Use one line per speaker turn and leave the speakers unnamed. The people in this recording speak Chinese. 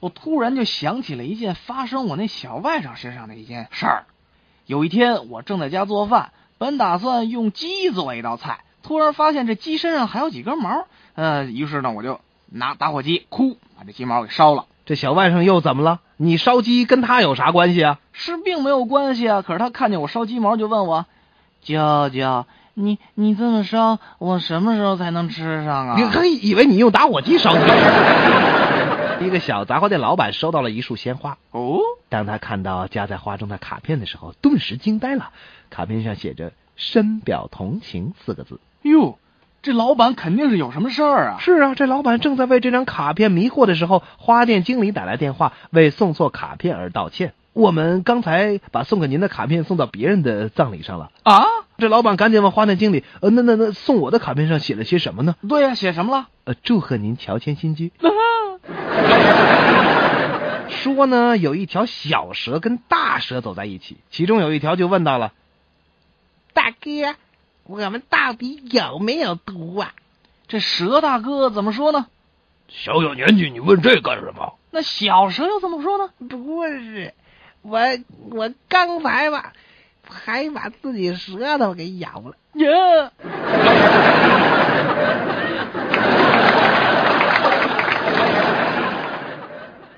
我突然就想起了一件发生我那小外甥身上的一件事儿。有一天，我正在家做饭，本打算用鸡做一道菜，突然发现这鸡身上还有几根毛，呃，于是呢，我就拿打火机，哭，把这鸡毛给烧了。
这小外甥又怎么了？你烧鸡跟他有啥关系啊？
是并没有关系啊，可是他看见我烧鸡毛就问我：“舅舅，你你这么烧，我什么时候才能吃上啊？”
你可以以为你用打火机烧鸡。 一个小杂货店老板收到了一束鲜花，
哦，
当他看到夹在花中的卡片的时候，顿时惊呆了。卡片上写着“深表同情”四个字。
哟，这老板肯定是有什么事儿啊！
是啊，这老板正在为这张卡片迷惑的时候，花店经理打来电话，为送错卡片而道歉。我们刚才把送给您的卡片送到别人的葬礼上了。
啊，
这老板赶紧问花店经理：“呃，那那那送我的卡片上写了些什么呢
对呀、写什么了？”
呃，祝贺您乔迁新居。说呢，有一条小蛇跟大蛇走在一起，其中有一条就问到了：“大哥，我们到底有没有毒啊？”
这蛇大哥怎么说呢？
小小年纪，你问这干什么？
那小蛇又怎么说呢？
不是，我我刚才吧，还把自己舌头给咬了。
耶、